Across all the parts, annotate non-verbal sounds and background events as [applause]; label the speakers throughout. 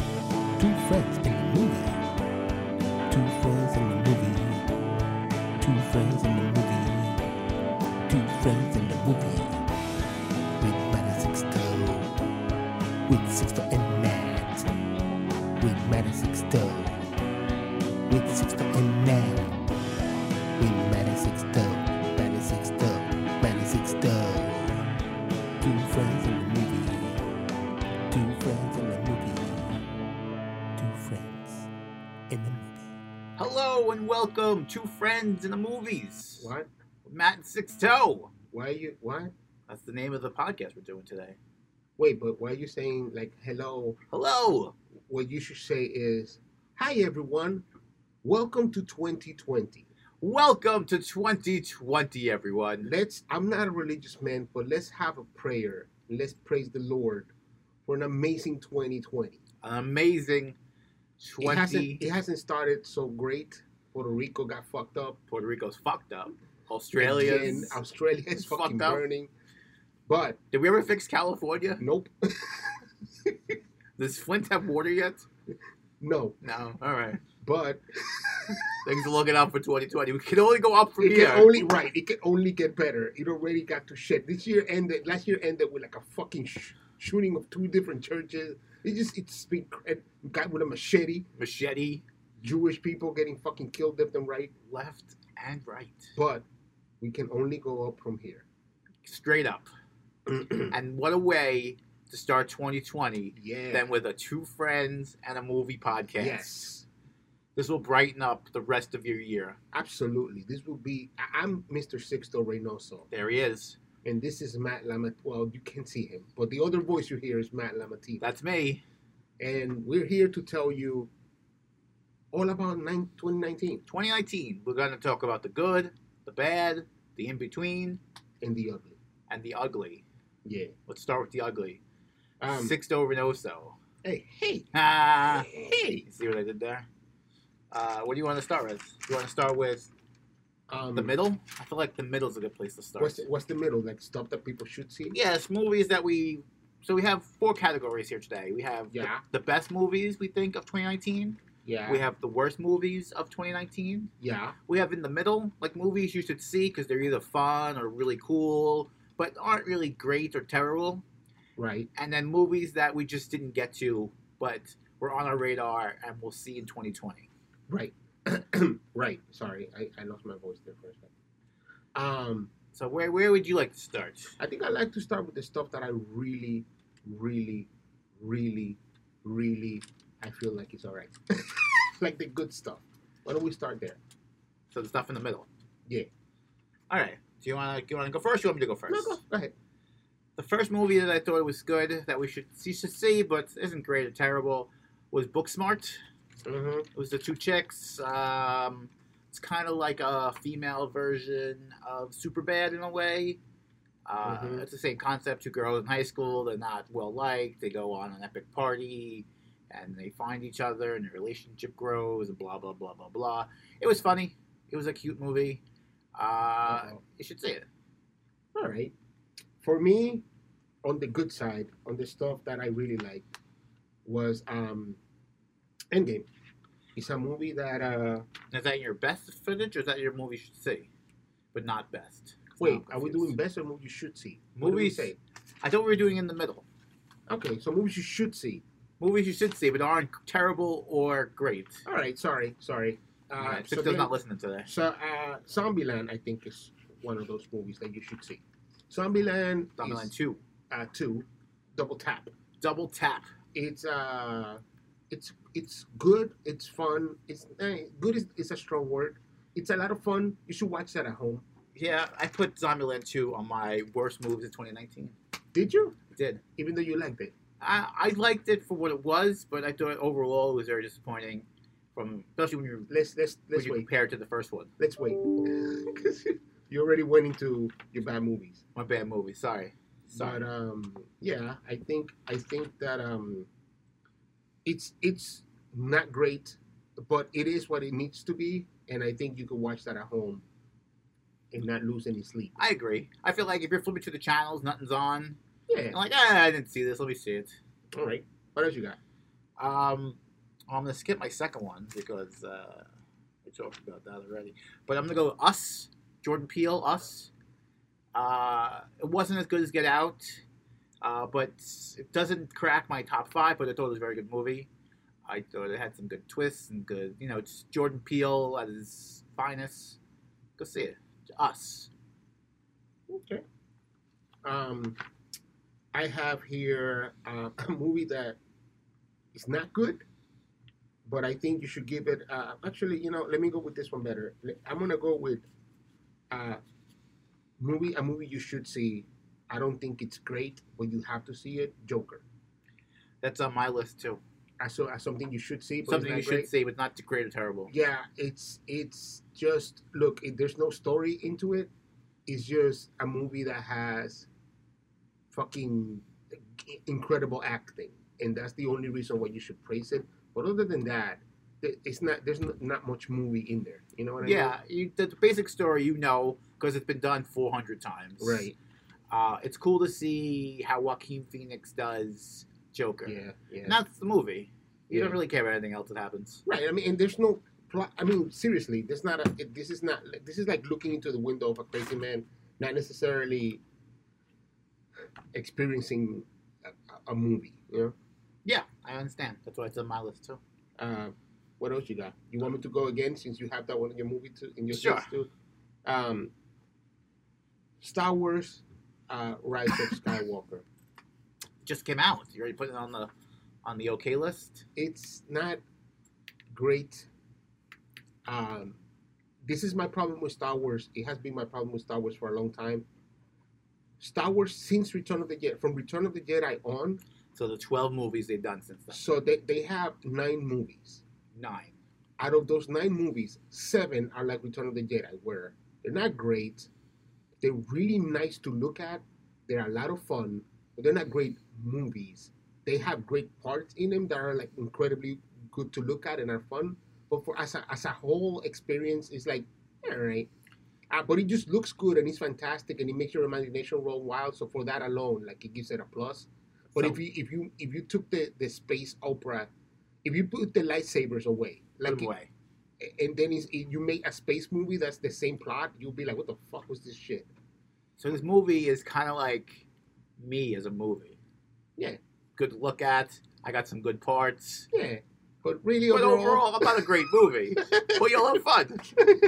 Speaker 1: Two friends in the movie. Two friends in the movie. Two friends in the movie. Two friends in the movie. With Matt Sixto. With Sixto and Matt. With Matt Sixto. With Sixto and Matt. With Matt Sixto. Matt Sixto. Matt Sixto. Two friends in the movie. Two friends in the movie. Two friends in the movie.
Speaker 2: Hello and welcome to Friends in the Movies.
Speaker 3: What?
Speaker 2: Matt and Sixto.
Speaker 3: Why are you? What?
Speaker 2: That's the name of the podcast we're doing today.
Speaker 3: Wait, but why are you saying like hello?
Speaker 2: Hello.
Speaker 3: What you should say is, "Hi everyone, welcome to 2020."
Speaker 2: Welcome to 2020, everyone.
Speaker 3: Let's. I'm not a religious man, but let's have a prayer. Let's praise the Lord for an amazing 2020.
Speaker 2: An amazing
Speaker 3: It
Speaker 2: 20.
Speaker 3: hasn't. It hasn't started so great. Puerto Rico got fucked up.
Speaker 2: Puerto Rico's fucked up. Australia's.
Speaker 3: Again, Australia is
Speaker 2: fucked
Speaker 3: fucking
Speaker 2: up.
Speaker 3: burning. But
Speaker 2: Did we ever fix California?
Speaker 3: nope,
Speaker 2: Does Flint have water yet?
Speaker 3: no.
Speaker 2: No. All right.
Speaker 3: But
Speaker 2: Thanks for looking out for 2020. We can only go up from
Speaker 3: It
Speaker 2: here.
Speaker 3: can only right. It can only get better. It already got to shit. This year ended. Last year ended with like a fucking sh- shooting of two different churches. It just it's been cr- got with a machete.
Speaker 2: Machete,
Speaker 3: Jewish people getting fucking killed left and right.
Speaker 2: left and right.
Speaker 3: But we can only go up from here.
Speaker 2: Straight up. and what a way to start 2020
Speaker 3: yeah.
Speaker 2: than with a two friends and a movie podcast.
Speaker 3: yes.
Speaker 2: This will brighten up the rest of your year.
Speaker 3: Absolutely. This will be. I- I'm Mr. Sixto Reynoso,
Speaker 2: There he is.
Speaker 3: and this is Matt Lamat. Well, you can see him, but the other voice you hear is Matt Lamatino.
Speaker 2: That's me.
Speaker 3: and we're here to tell you all about nine, 2019
Speaker 2: 2019. We're going to talk about the good, the bad, the in between,
Speaker 3: and the ugly.
Speaker 2: and the ugly.
Speaker 3: Yeah.
Speaker 2: Let's start with the ugly.
Speaker 3: Um,
Speaker 2: Sixto Reynoso.
Speaker 3: Hey, hey,
Speaker 2: Ah,
Speaker 3: hey.
Speaker 2: [laughs] you see what I did there? Uh, what do you want to start with? Do you want to start with
Speaker 3: Um,
Speaker 2: the middle? I feel like the middle's a good place to start.
Speaker 3: What's the, what's the middle? Like stuff that people should see.
Speaker 2: yes, movies that we. So we have four categories here today. We have
Speaker 3: Yeah.
Speaker 2: the, the best movies we think of 2019.
Speaker 3: Yeah.
Speaker 2: We have the worst movies of 2019.
Speaker 3: yeah.
Speaker 2: We have in the middle, like movies you should see because they're either fun or really cool, but aren't really great or terrible.
Speaker 3: Right.
Speaker 2: And then movies that we just didn't get to, but were on our radar and we'll see in 2020.
Speaker 3: Right. [clears throat] right. Sorry, I, I lost my voice there for a second. Um,
Speaker 2: So where where would you like to start?
Speaker 3: I think I like to start with the stuff that I really, really, really, really, I feel like it's all right. [laughs] like the good stuff. Why don't we start there?
Speaker 2: So the stuff in the middle.
Speaker 3: Yeah.
Speaker 2: All right. Do you want to you want to go first? Or you want me to go first?
Speaker 3: No, go, go ahead.
Speaker 2: The first movie that I thought was good that we should you should see, but isn't great or terrible, was Booksmart.
Speaker 3: Mm-hmm.
Speaker 2: It was the two chicks. Um, it's kind of like a female version of Superbad in a way. Uh,
Speaker 3: Mhm.
Speaker 2: It's the same concept. Two girls in high school. They're not well liked. They go on an epic party, and they find each other, and their relationship grows, and blah blah blah blah blah. It was funny. It was a cute movie.
Speaker 3: Mm-hmm.
Speaker 2: Uh, you should see it.
Speaker 3: All right. For me, on the good side, on the stuff that I really liked, was um, Endgame. It's a movie that uh,
Speaker 2: Is that your best footage, or is that your movie you should see, but not best? 'Cause now
Speaker 3: wait,
Speaker 2: I'm
Speaker 3: are we
Speaker 2: confused.
Speaker 3: doing best or movies you should see? What did we
Speaker 2: movies?
Speaker 3: say?
Speaker 2: I thought we were doing in the middle.
Speaker 3: Okay, so movies you should see.
Speaker 2: Movies you should see, but aren't terrible or great.
Speaker 3: All right, sorry, sorry. Uh,
Speaker 2: All right,
Speaker 3: so
Speaker 2: Sixto's
Speaker 3: then-
Speaker 2: not listening to this.
Speaker 3: so uh, Zombieland, I think, is one of those movies that you should see. Zombieland,
Speaker 2: Zombieland
Speaker 3: is,
Speaker 2: Two,
Speaker 3: uh, two, Double Tap.
Speaker 2: Double Tap.
Speaker 3: it's uh it's it's good it's fun it's eh, good is, is a strong word it's a lot of fun you should watch that at home
Speaker 2: Yeah, I put Zombieland Two on my worst moves of 2019.
Speaker 3: did you
Speaker 2: I did.
Speaker 3: even though you liked it
Speaker 2: I, I liked it for what it was, but I thought overall it was very disappointing. From especially when you
Speaker 3: let's let's
Speaker 2: when
Speaker 3: let's
Speaker 2: you
Speaker 3: wait
Speaker 2: compare it to the first one.
Speaker 3: let's wait [laughs] 'Cause you already went into your bad movies
Speaker 2: My bad movie. Sorry. Sorry.
Speaker 3: but um yeah i think i think that um it's it's not great but it is what it needs to be and i think you can watch that at home and not lose any sleep
Speaker 2: I agree. I feel like if you're flipping through the channels, nothing's on.
Speaker 3: yeah
Speaker 2: I'm like, ah, I didn't see this. Let me see it.
Speaker 3: all right what else you got
Speaker 2: Um, Oh, I'm gonna skip my second one because uh, we talked about that already. But I'm gonna go Us, Jordan Peele, Us. Uh, it wasn't as good as Get Out, uh, but it doesn't crack my top five. But I thought it was a very good movie. I thought it had some good twists and good, you know, it's Jordan Peele at his finest. Go see it. Us.
Speaker 3: Okay. Um, I have here uh, [laughs] a movie that is not good, but I think you should give it. Uh, actually, you know, let me go with this one better. Le- I'm gonna go with uh, movie a movie you should see. I don't think it's great, but you have to see it. Joker.
Speaker 2: That's on my list too.
Speaker 3: As, so, as something you should see, but it's
Speaker 2: Something
Speaker 3: not
Speaker 2: you
Speaker 3: great.
Speaker 2: should see, but not great or terrible.
Speaker 3: Yeah, it's it's just look. It, there's no story into it. It's just a movie that has fucking incredible acting, and that's the only reason why you should praise it. But other than that, th- it's not. There's not, not much movie in there. You know what I
Speaker 2: Yeah, you, the, the basic story you know because it's been done 400 times.
Speaker 3: mean? Right.
Speaker 2: Uh, it's cool to see how Joaquin Phoenix does Joker.
Speaker 3: Yeah. Yeah.
Speaker 2: And that's the movie. You
Speaker 3: Yeah.
Speaker 2: don't really care about anything else that happens.
Speaker 3: right. I mean, and there's no plot. I mean, seriously, there's not a. This is not. This is like looking into the window of a crazy man, not necessarily experiencing a, a- a movie. You know.
Speaker 2: Yeah, I understand. That's why it's on my list too.
Speaker 3: Uh, what else you got? You want me to go again since you have that one in your movie too? In your
Speaker 2: Sure.
Speaker 3: list too? Um, Star Wars: uh, Rise of Skywalker.
Speaker 2: It just came out. You already put it on the on the okay list.
Speaker 3: It's not great. Um, this is my problem with Star Wars. It has been my problem with Star Wars for a long time. Star Wars since Return of the Jedi, from Return of the Jedi on,
Speaker 2: So the 12 movies they've done since then.
Speaker 3: so they, they have nine movies.
Speaker 2: Nine.
Speaker 3: out of those nine movies, seven are like Return of the Jedi, where they're not great. They're really nice to look at. They're a lot of fun, but they're not great movies. They have great parts in them that are like incredibly good to look at and are fun. But for as a, as a whole experience, it's like, eh, all right. Uh, but it just looks good and it's fantastic and it makes your imagination run wild. So for that alone, like it gives it a plus. But if
Speaker 2: So-
Speaker 3: you if you if you took the the space opera, if you put the lightsabers away,
Speaker 2: Put
Speaker 3: like
Speaker 2: them away.
Speaker 3: and then it's, it, you make a space movie that's the same plot, you'll be like, what the fuck was this shit?
Speaker 2: So this movie is kind of like me as a movie.
Speaker 3: Yeah.
Speaker 2: Good to look at. I got some good parts.
Speaker 3: Yeah. But really,
Speaker 2: But
Speaker 3: overall,
Speaker 2: overall, I'm not a great [laughs] movie. but you'll have fun.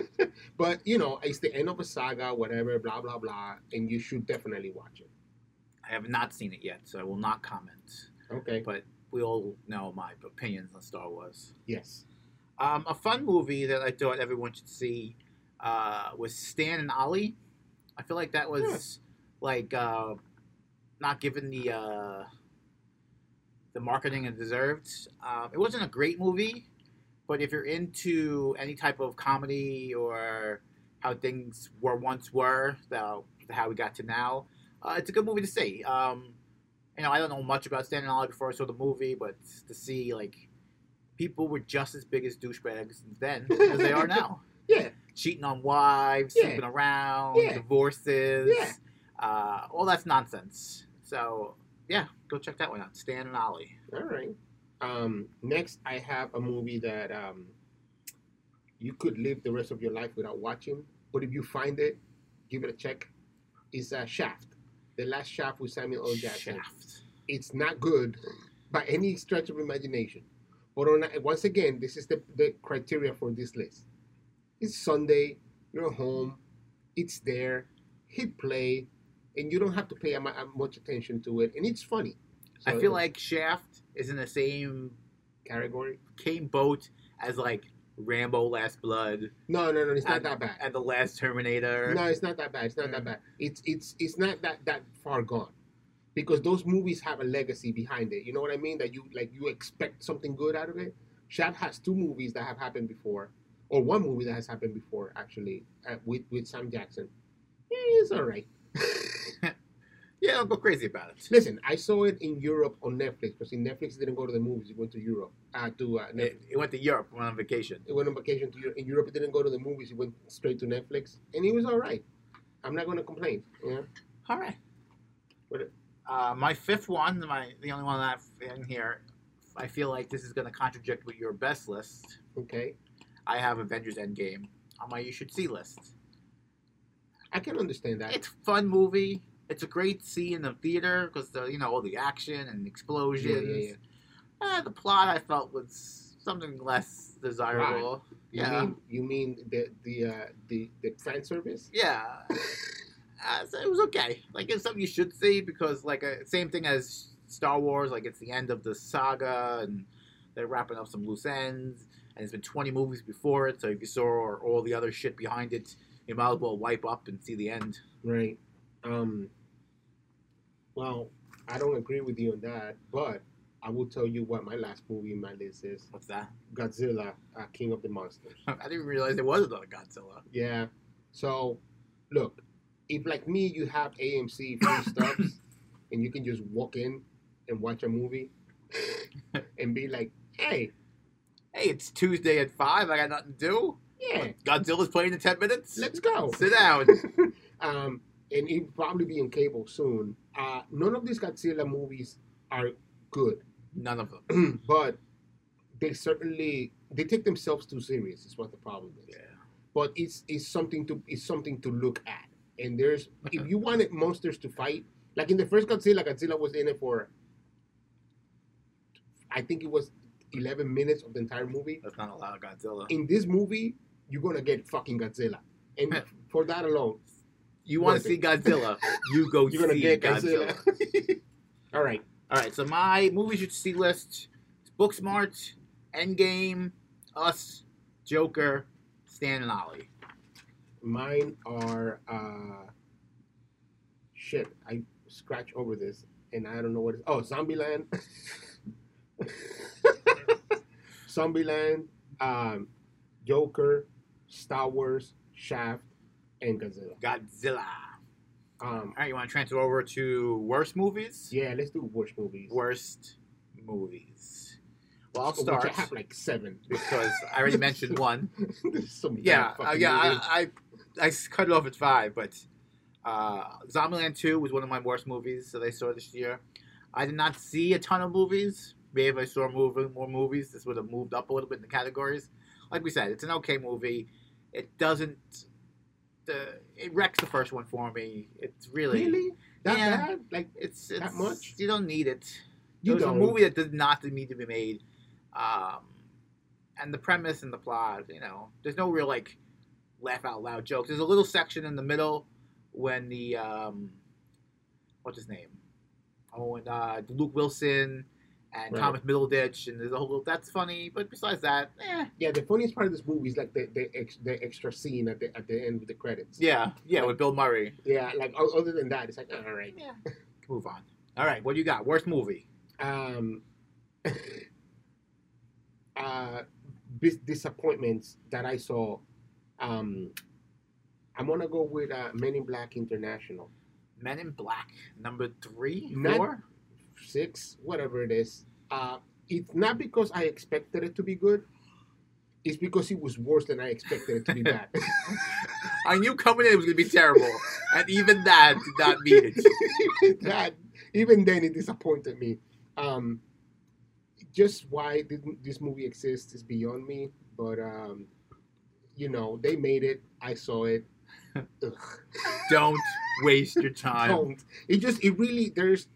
Speaker 3: [laughs] but you know, it's the end of a saga, whatever, blah, blah, blah, and you should definitely watch it.
Speaker 2: I have not seen it yet, so I will not comment.
Speaker 3: Okay.
Speaker 2: But we all know my opinions on Star Wars.
Speaker 3: Yes.
Speaker 2: Um, a fun movie that I thought everyone should see uh, was Stan and Ollie. I feel like that was like uh, not given the uh, the marketing it deserved. Um, it wasn't a great movie, but if you're into any type of comedy or how things were once were, so how we got to now, uh, it's a good movie to see. Um, you know, I don't know much about Stan and Ollie before I saw the movie, but to see like people were just as big as douchebags then as they are now.
Speaker 3: Yeah.
Speaker 2: Cheating on wives,
Speaker 3: Yeah.
Speaker 2: sleeping around,
Speaker 3: Yeah.
Speaker 2: divorces,
Speaker 3: Yeah.
Speaker 2: uh, all that's nonsense. So yeah, go check that one out. Stan and Ollie.
Speaker 3: All right. Um, next, I have a movie that um, you could live the rest of your life without watching, but if you find it, give it a check. It's uh, Shaft, the last Shaft with Samuel L. Jackson.
Speaker 2: Shaft.
Speaker 3: it's not good by any stretch of imagination. But on, once again, this is the, the criteria for this list. It's Sunday, you're home, it's there, hit play, and you don't have to pay a, mu- a much attention to it, and it's funny.
Speaker 2: I
Speaker 3: So,
Speaker 2: feel like Shaft is in the same
Speaker 3: category.
Speaker 2: same boat as like Rambo: Last Blood
Speaker 3: No, no, no, it's not that bad.
Speaker 2: and the Last Terminator.
Speaker 3: No, it's not that bad. It's not that
Speaker 2: Mm.
Speaker 3: bad. It's it's it's not that that far gone, because those movies have a legacy behind it. You know what I mean? That you like you expect something good out of it. Shaft has two movies that have happened before, or one movie that has happened before actually uh, with with Sam Jackson. Yeah, it's all right.
Speaker 2: Yeah, don't go crazy about it.
Speaker 3: Listen, I saw it in Europe on Netflix because in Netflix it didn't go to the movies. It went to Europe. Uh, to uh, Netflix.
Speaker 2: It, it went to Europe went on vacation.
Speaker 3: It went on vacation to Europe. In Europe, it didn't go to the movies. It went straight to Netflix, and it was all right. I'm not gonna complain. Yeah.
Speaker 2: All right.
Speaker 3: What-
Speaker 2: Uh, my fifth one, my the only one that I've in here I feel like this is going to contradict with your best list.
Speaker 3: Okay,
Speaker 2: I have Avengers Endgame on my you should see list.
Speaker 3: I can understand that.
Speaker 2: It's a fun movie. It's a great scene in the theater because the you know all the action and
Speaker 3: yeah,
Speaker 2: explosions.
Speaker 3: yeah.
Speaker 2: Eh, the plot I felt was something less desirable.
Speaker 3: You
Speaker 2: Yeah.
Speaker 3: mean you mean the the uh, the the fan service?
Speaker 2: Yeah. Uh, so it was okay. Like it's something you should see because like uh, same thing as Star Wars. Like it's the end of the saga and they're wrapping up some loose ends. And it's been 20 movies before it, so if you saw all the other shit behind it, you might as well wipe up and see the end.
Speaker 3: Right. Um. Well, I don't agree with you on that, but I will tell you what my last movie in my list is:
Speaker 2: What's that?
Speaker 3: Godzilla, uh, King of the Monsters.
Speaker 2: I didn't realize there was another Godzilla.
Speaker 3: Yeah. So, look, if like me, you have AMC free stops, and you can just walk in and watch a movie, and be like, "Hey,
Speaker 2: Hey, it's Tuesday at five. I got nothing to do.
Speaker 3: yeah,
Speaker 2: Godzilla's playing in 10 minutes.
Speaker 3: let's go."
Speaker 2: Sit down.
Speaker 3: [coughs] um, and it'll probably be on cable soon. Uh, none of these Godzilla movies are good,
Speaker 2: None of them.
Speaker 3: but they certainly they take themselves too serious. Is what the problem is.
Speaker 2: Yeah.
Speaker 3: But it's it's something to it's something to look at. And there's if you wanted monsters to fight, like in the first Godzilla, Godzilla was in it for I think it was eleven minutes of the entire movie.
Speaker 2: That's not a lot of Godzilla.
Speaker 3: In this movie, you're gonna get fucking Godzilla, and for that alone,
Speaker 2: You want
Speaker 3: Worth
Speaker 2: to see Godzilla? You go
Speaker 3: [laughs] You're gonna
Speaker 2: see
Speaker 3: get
Speaker 2: Godzilla.
Speaker 3: Godzilla. all right.
Speaker 2: All right, so my movies you should see list: is Booksmart, Endgame, Us, Joker, Stan and Ollie.
Speaker 3: Mine are uh shit. I scratch over this and I don't know what it's oh Zombieland. [laughs] Zombieland, um Joker, Star Wars, Shaft, and Godzilla.
Speaker 2: Godzilla.
Speaker 3: Um
Speaker 2: All right, you want to transfer over to worst movies?
Speaker 3: yeah, let's do worst movies.
Speaker 2: Worst movies. Well, I'll
Speaker 3: Of which
Speaker 2: start
Speaker 3: I have like seven. [laughs]
Speaker 2: because I already mentioned one.
Speaker 3: There's so many
Speaker 2: Yeah,
Speaker 3: fucking
Speaker 2: uh, yeah,
Speaker 3: movies.
Speaker 2: I, I I cut it off at five, but uh, Zombieland Two was one of my worst movies that I saw this year. I did not see a ton of movies. Maybe if I saw movie, more movies, this would have moved up a little bit in the categories. Like we said, it's an okay movie. It doesn't. The, it wrecks the first one for me. It's really,
Speaker 3: Really? That
Speaker 2: Yeah.
Speaker 3: bad? Like
Speaker 2: it's, it's
Speaker 3: much?
Speaker 2: You don't need it
Speaker 3: you
Speaker 2: it was
Speaker 3: don't
Speaker 2: a movie that did not need to be made. Um, and the premise and the plot, you know, there's no real like laugh out loud jokes. There's a little section in the middle when the um, what's his name? Oh, and uh, Luke Wilson and
Speaker 3: Right.
Speaker 2: Thomas Middleditch, and there's a whole little, that's funny. But besides that, eh,
Speaker 3: Yeah, the funniest part of this movie is like the the, ex, the extra scene at the at the end with the credits.
Speaker 2: yeah, yeah, with Bill Murray.
Speaker 3: Yeah, like o- other than that, it's like all right.
Speaker 2: Yeah, move on. All right, what do you got? Worst movie?
Speaker 3: Um, [laughs] uh, bis- disappointments that I saw. Um, I'm gonna go with uh, Men in Black International
Speaker 2: Men in Black, number three,
Speaker 3: Not-
Speaker 2: four.
Speaker 3: six, whatever it is. Uh, it's not because I expected it to be good. It's because it was worse than I expected it
Speaker 2: [laughs]
Speaker 3: to be bad.
Speaker 2: I knew coming in it was gonna be terrible, and even that did not mean it.
Speaker 3: [laughs] that even then it disappointed me. Um, just why didn't this movie exist is beyond me. But um, you know, they made it. I saw it. Ugh,
Speaker 2: Don't waste your time.
Speaker 3: don't. It just it really there's.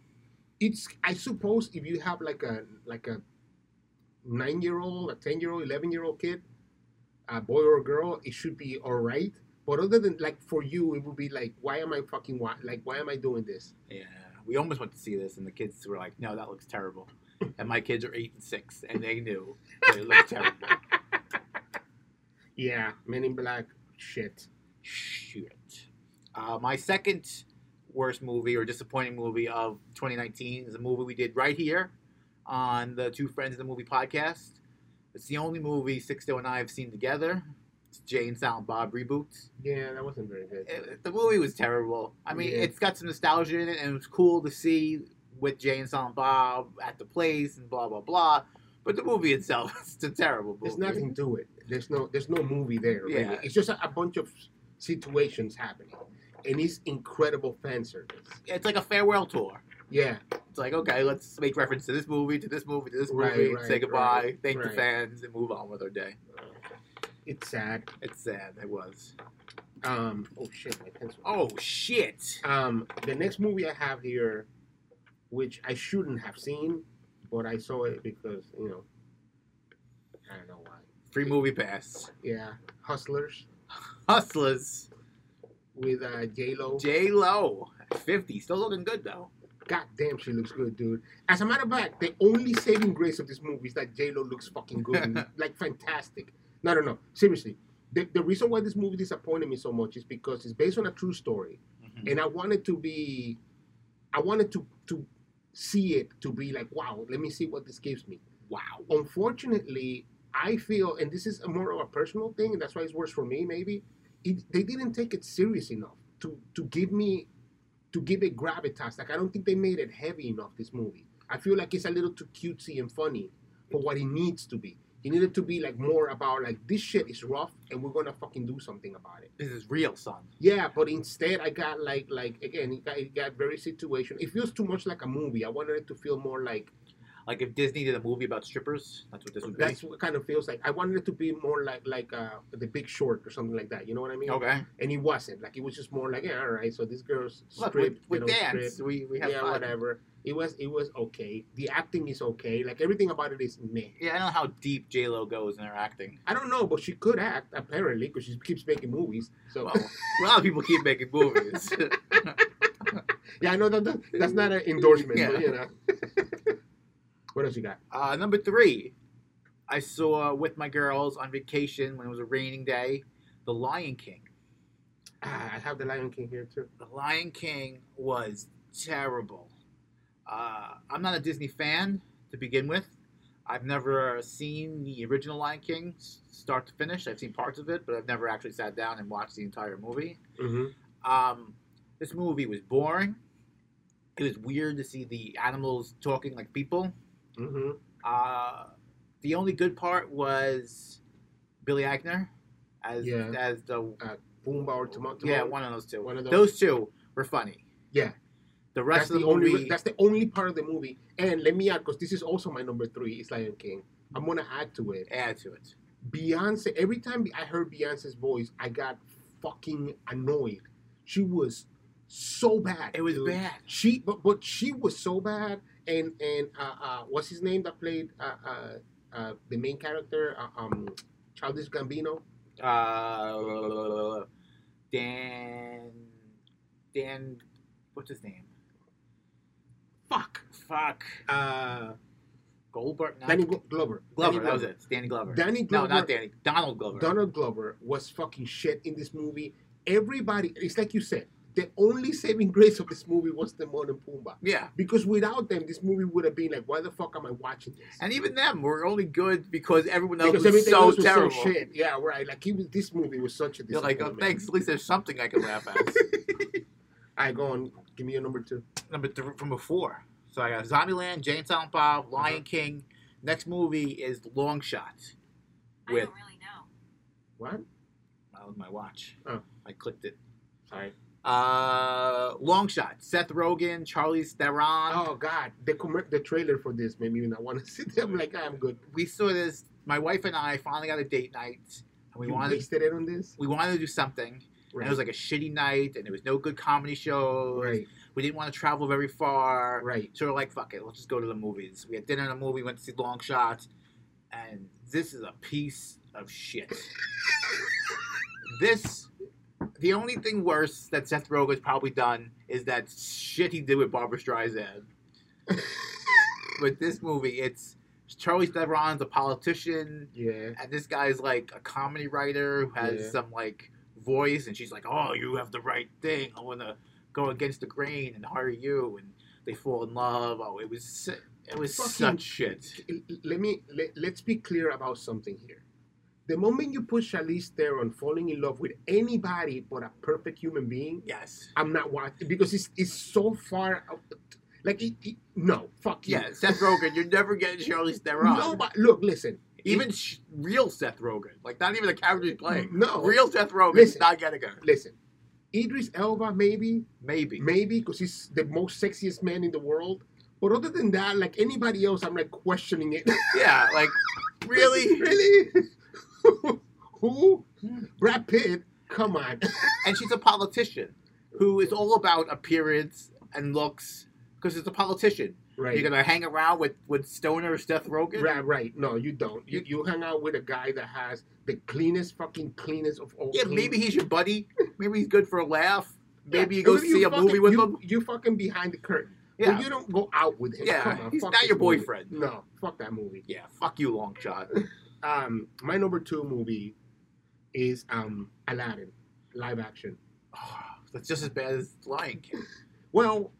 Speaker 3: It's I suppose if you have like a like a nine year old, a ten year old, eleven year old kid, a boy or a girl, it should be all right. But other than like for you, it would be like, why am I fucking wa- like why am I doing this?
Speaker 2: Yeah, we almost went to see this, and the kids were like, "No, that looks terrible." And my kids are eight and six, and they knew that it looked terrible.
Speaker 3: Yeah, Men in Black shit.
Speaker 2: Shit. Uh, my second worst movie or disappointing movie of 2019 is a movie we did right here on the Two Friends in the Movie podcast. It's the only movie Sixto and I have seen together. It's Jane Silent Bob reboot.
Speaker 3: Yeah, that wasn't very good.
Speaker 2: it, the movie was terrible. I mean,
Speaker 3: Yeah.
Speaker 2: it's got some nostalgia in it, and it was cool to see with Jay and Silent Bob at the place and blah blah blah. But the movie itself [laughs] is a terrible movie.
Speaker 3: There's nothing to it. There's no there's no movie there. Really.
Speaker 2: Yeah.
Speaker 3: It's just a, a bunch of situations happening. And it's incredible fan service.
Speaker 2: It's like a farewell tour.
Speaker 3: Yeah,
Speaker 2: It's like, okay, let's make reference to this movie, to this movie, to this
Speaker 3: Right,
Speaker 2: movie,
Speaker 3: right,
Speaker 2: say goodbye,
Speaker 3: right,
Speaker 2: thank the
Speaker 3: right.
Speaker 2: fans, and move on with our day.
Speaker 3: it's sad.
Speaker 2: It's sad. It was.
Speaker 3: Um, oh shit, my pencil.
Speaker 2: Oh, shit.
Speaker 3: Um, the next movie I have here, which I shouldn't have seen, but I saw it because you know, I don't know why.
Speaker 2: Free movie pass.
Speaker 3: Yeah, Hustlers
Speaker 2: Hustlers.
Speaker 3: with uh, J Lo.
Speaker 2: J Lo. 50. Still looking good, though.
Speaker 3: God damn, she looks good, dude. As a matter of fact, the only saving grace of this movie is that J Lo looks fucking good, and, like fantastic. No, no, no. Seriously, the, the reason why this movie disappointed me so much is because it's based on a true story, and I wanted to be, I wanted to to see it to be like, wow, let me see what this gives me.
Speaker 2: Wow.
Speaker 3: Unfortunately, I feel, and this is a more of a personal thing, and that's why it's worse for me. Maybe it, they didn't take it serious enough to to give me to give it gravitas. Like I don't think they made it heavy enough. This movie, I feel like it's a little too cutesy and funny for what it needs to be. It needed to be like more about like this shit is rough, and we're gonna fucking do something about it.
Speaker 2: This is real, son.
Speaker 3: Yeah, but instead I got like like again it got, it got very situational. It feels too much like a movie. I wanted it to feel more like
Speaker 2: Like if Disney did a movie about strippers, that's what this would be.
Speaker 3: that's what it kind of feels like. I wanted it to be more like like uh, the Big Short or something like that. You know what I mean?
Speaker 2: okay.
Speaker 3: And it wasn't. Like it was just more like yeah, all right. So these girls
Speaker 2: Look,
Speaker 3: strip,
Speaker 2: we, we
Speaker 3: they don't
Speaker 2: dance.
Speaker 3: strip.
Speaker 2: We, we have
Speaker 3: yeah,
Speaker 2: fun.
Speaker 3: whatever. It was it was okay. The acting is okay. Like everything about it is meh.
Speaker 2: Yeah, I don't know how deep J Lo goes in her acting.
Speaker 3: I don't know, but she could act apparently because she keeps making movies. So
Speaker 2: Well, a lot of people keep making movies.
Speaker 3: [laughs]
Speaker 2: [laughs]
Speaker 3: yeah, I know that, that that's not an endorsement,
Speaker 2: Yeah.
Speaker 3: but you know.
Speaker 2: [laughs]
Speaker 3: what else you got?
Speaker 2: Uh, number three, I saw with my girls on vacation when it was a raining day, The Lion King.
Speaker 3: Ah, I have the Lion King here too.
Speaker 2: The Lion King was terrible. Uh, I'm not a Disney fan to begin with. I've never seen the original Lion King s- start to finish. I've seen parts of it, but I've never actually sat down and watched the entire movie.
Speaker 3: Mm-hmm.
Speaker 2: Um, this movie was boring. It was weird to see the animals talking like people.
Speaker 3: Mm-hmm.
Speaker 2: Uh, the only good part was Billy Eichner as
Speaker 3: Yeah.
Speaker 2: as the
Speaker 3: Boomba or Tomato.
Speaker 2: yeah one of those two.
Speaker 3: One of those.
Speaker 2: Those two were funny.
Speaker 3: Yeah.
Speaker 2: The
Speaker 3: That's
Speaker 2: rest
Speaker 3: the,
Speaker 2: of the,
Speaker 3: only.
Speaker 2: movie.
Speaker 3: That's the only part of the movie. And let me add, because this is also my number three. Is Lion King. I'm gonna add to it.
Speaker 2: add to it.
Speaker 3: Beyonce. Every time I heard Beyonce's voice, I got fucking annoyed. She was so bad.
Speaker 2: It was
Speaker 3: dude.
Speaker 2: bad.
Speaker 3: She, but but she was so bad. And and uh, uh what's his name that played uh uh, uh the main character uh, um Childish Gambino.
Speaker 2: Uh, Dan, Dan, what's his name?
Speaker 3: Fuck.
Speaker 2: Fuck
Speaker 3: Uh,
Speaker 2: Goldberg. No.
Speaker 3: Danny Glo- Glover.
Speaker 2: Glover.
Speaker 3: Danny
Speaker 2: That was it. It's Danny Glover.
Speaker 3: Danny
Speaker 2: no,
Speaker 3: Glover.
Speaker 2: not Danny. Donald Glover.
Speaker 3: Donald Glover was fucking shit in this movie. Everybody, it's like you said, the only saving grace of this movie was Timon and Pumbaa.
Speaker 2: yeah.
Speaker 3: Because without them, this movie would have been like, why the fuck am I watching this?
Speaker 2: And even them were only good because everyone else
Speaker 3: because
Speaker 2: was
Speaker 3: everything
Speaker 2: so
Speaker 3: else was
Speaker 2: terrible.
Speaker 3: so shit. Yeah, right. Like he was, this movie was such a
Speaker 2: You're like, oh,
Speaker 3: disappointment.
Speaker 2: thanks. At least there's something I can laugh at.
Speaker 3: I go on. Give me your number two.
Speaker 2: Number three from before. So I got Zombieland, Jane Silent Bob, Lion King. Next movie is Long Shot.
Speaker 4: I
Speaker 2: With
Speaker 4: don't really know.
Speaker 3: What?
Speaker 2: that was my watch.
Speaker 3: Oh.
Speaker 2: I clicked it.
Speaker 3: Sorry.
Speaker 2: Uh, Long Shot. Seth Rogen, Charlie Theron.
Speaker 3: Oh God, the commer the trailer for this made me not [laughs] want to see them. Like I'm good.
Speaker 2: We saw this. My wife and I finally got a date night, and we
Speaker 3: you
Speaker 2: wanted
Speaker 3: wasted it on this.
Speaker 2: we wanted to do something. And it was like a shitty night, and there was no good comedy shows.
Speaker 3: right,
Speaker 2: We didn't want to travel very far.
Speaker 3: right.
Speaker 2: So we're like, fuck it, let's just go to the movies. We had dinner in a movie, went to see Long Shot, and this is a piece of shit. this, the only thing worse that Seth Rogen's probably done is that shit he did with Barbara Streisand. with this movie, it's Charlie Theron's a politician,
Speaker 3: Yeah.
Speaker 2: and this guy's like a comedy writer who has
Speaker 3: Yeah.
Speaker 2: some like voice, and she's like, "Oh, you have the right thing. I want to go against the grain and hire you." And they fall in love. Oh, it was si- it was
Speaker 3: Fucking-
Speaker 2: such shit.
Speaker 3: L- l- let me let, let's be clear about something here. The moment you put Charlize Theron falling in love with anybody but a perfect human being,
Speaker 2: Yes.
Speaker 3: I'm not watching because it's it's so far out. Like it, it- no, fuck you.
Speaker 2: Yeah, Seth Rogen, you're never getting Charlize Theron.
Speaker 3: No, but look, listen,
Speaker 2: even sh- real Seth Rogen, like not even the character he's playing.
Speaker 3: No.
Speaker 2: real Seth Rogen,
Speaker 3: Listen.
Speaker 2: not getting her.
Speaker 3: listen. Idris Elba, maybe,
Speaker 2: Maybe.
Speaker 3: maybe, because he's the most sexiest man in the world. But other than that, like anybody else, I'm like questioning it. [laughs]
Speaker 2: Yeah, like really?
Speaker 3: really? [laughs] Who? Brad Pitt? Come on.
Speaker 2: and she's a politician who is all about appearance and looks because it's a politician.
Speaker 3: Right.
Speaker 2: You're gonna hang around with with Stoner Seth Rogen.
Speaker 3: Right, right. No, you don't. You you hang out with a guy that has the cleanest, fucking cleanest of all.
Speaker 2: Yeah,
Speaker 3: clean.
Speaker 2: maybe he's your buddy. Maybe he's good for a laugh.
Speaker 3: Yeah,
Speaker 2: Maybe you go
Speaker 3: maybe
Speaker 2: see a
Speaker 3: fucking-
Speaker 2: movie with
Speaker 3: you,
Speaker 2: him.
Speaker 3: You fucking behind the curtain. But
Speaker 2: Yeah,
Speaker 3: you don't go out with him.
Speaker 2: Yeah,
Speaker 3: Come on,
Speaker 2: he's
Speaker 3: fuck
Speaker 2: not
Speaker 3: this
Speaker 2: your
Speaker 3: movie.
Speaker 2: boyfriend.
Speaker 3: No, fuck that movie.
Speaker 2: yeah. Fuck you, long shot.
Speaker 3: [laughs] Um, my number two movie is um Aladdin, live action.
Speaker 2: [sighs] That's just as bad as Lion King.
Speaker 3: Well,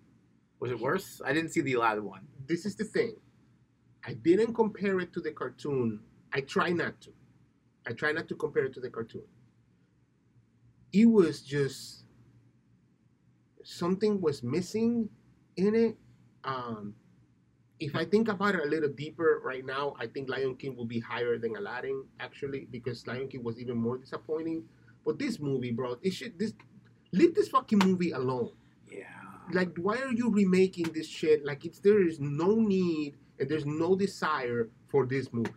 Speaker 2: Was it worse? I didn't see the Aladdin one.
Speaker 3: this is the thing. I didn't compare it to the cartoon. I try not to. I try not to compare it to the cartoon. It was just something was missing in it. Um, if I think about it a little deeper right now, I think Lion King will be higher than Aladdin actually because Lion King was even more disappointing. But this movie, bro, it should this leave this fucking movie alone
Speaker 2: Yeah.
Speaker 3: like why are you remaking this shit like it's there is no need and there's no desire for this movie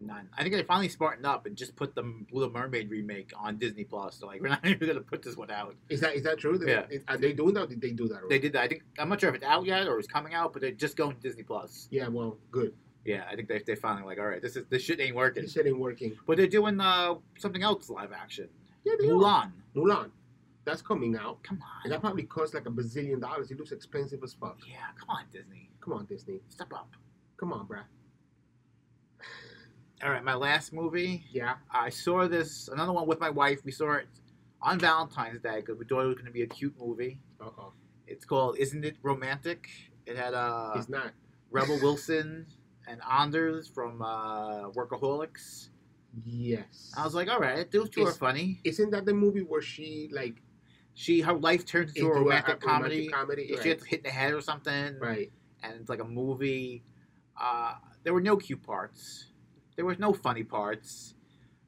Speaker 2: None. I think they finally smartened up and just put the Little Mermaid remake on Disney Plus. So like, [laughs] we're not even gonna put this one out.
Speaker 3: is that is that true Did-
Speaker 2: Yeah.
Speaker 3: is- are they doing that or did they do that already?
Speaker 2: They did that. I think I'm not sure if it's out yet or it's coming out, but they're just going to Disney Plus.
Speaker 3: yeah well good
Speaker 2: Yeah, I think they they finally like, all right, this is this shit ain't working.
Speaker 3: this shit ain't working
Speaker 2: But they're doing uh, something else live action.
Speaker 3: yeah they are.
Speaker 2: Mulan.
Speaker 3: Mulan that's coming out
Speaker 2: Come on.
Speaker 3: and that probably costs like a bazillion dollars it looks expensive as fuck
Speaker 2: Yeah, come on, Disney.
Speaker 3: come on Disney
Speaker 2: Step up.
Speaker 3: come on bruh
Speaker 2: All right, my last movie.
Speaker 3: yeah
Speaker 2: I saw this another one with my wife. We saw it on Valentine's Day because we thought it was going to be a cute movie.
Speaker 3: uh-oh
Speaker 2: It's called "Isn't It Romantic?" It had uh,
Speaker 3: [laughs] it's not
Speaker 2: Rebel Wilson and Anders from uh, Workaholics.
Speaker 3: yes
Speaker 2: I was like, all right, those two are
Speaker 3: It's-
Speaker 2: funny.
Speaker 3: isn't that the movie where she like
Speaker 2: She her life turns into
Speaker 3: into
Speaker 2: a romantic comedy.
Speaker 3: comedy
Speaker 2: She
Speaker 3: right.
Speaker 2: gets hit in the head or something,
Speaker 3: right
Speaker 2: and it's like a movie. Uh, there were no cute parts. There was no funny parts.